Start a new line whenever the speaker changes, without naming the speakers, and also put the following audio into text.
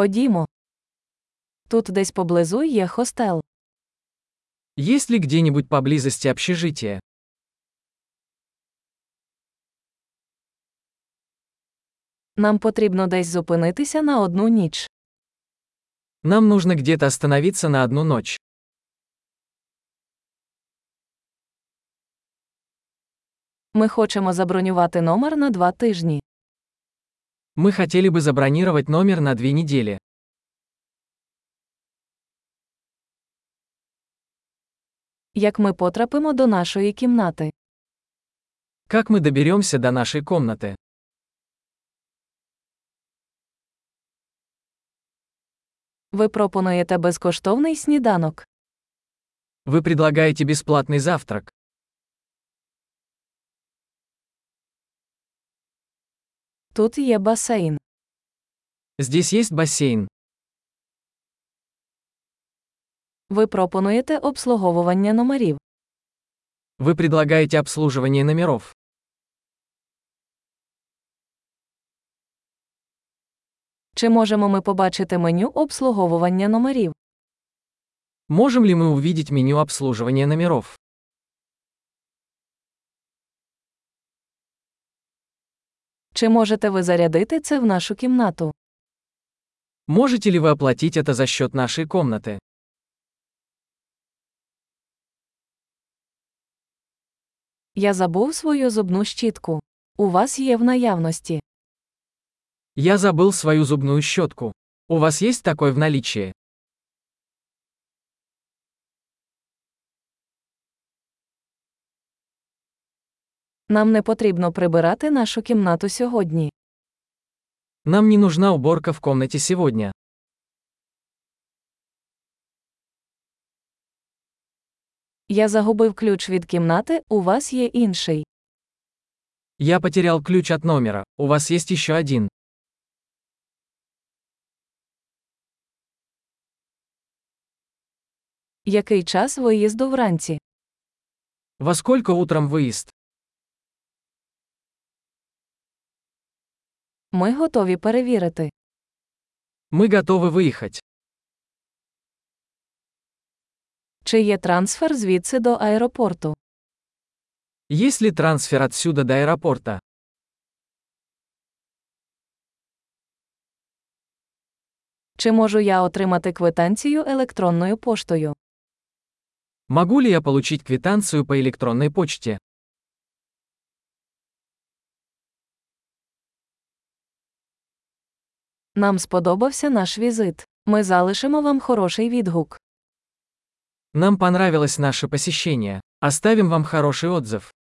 Ходімо. Тут десь поблизу є хостел.
Есть ли где-нибудь поблизости общежитие?
Нам потрібно десь зупинитися на одну ніч.
Нам нужно где-то остановиться на одну ночь.
Ми хочемо забронювати номер на два тижні.
Мы хотели бы забронировать номер на две недели.
Як ми потрапимо до нашої кімнати?
Как мы доберемся до нашей комнаты?
Ви пропонуєте безкоштовний сніданок.
Вы предлагаете бесплатный завтрак.
Тут є басейн.
Здесь есть бассейн.
Ви пропонуєте обслуговування номерів.
Вы предлагаете обслуживание номеров.
Чи можемо ми побачити меню обслуговування номерів?
Можем ли мы увидеть меню обслуживания номеров?
Чи можете ви зарядити це в нашу кімнату?
Можете ли вы оплатить это за счет нашей комнаты?
Я забув свою зубну щітку. У вас є в наявності.
Я забыл свою зубную щетку. У вас есть такой в наличии?
Нам не потрібно прибирати нашу кімнату сьогодні.
Нам не нужна уборка в комнате сегодня.
Я загубив ключ від кімнати, у вас є інший.
Я потерял ключ от номера. У вас есть еще один.
Який час виїзду вранці?
Во сколько утром выезд?
Ми готові перевірити.
Мы готовы выехать.
Чи є трансфер звідси до аеропорту?
Есть ли трансфер отсюда до аэропорта?
Чи можу я отримати квитанцію електронною поштою?
Могу ли я получить квитанцию по электронной почте?
Нам сподобався наш візит. Ми залишимо вам хороший відгук.
Нам понравилось наше посещение. Оставим вам хороший отзыв.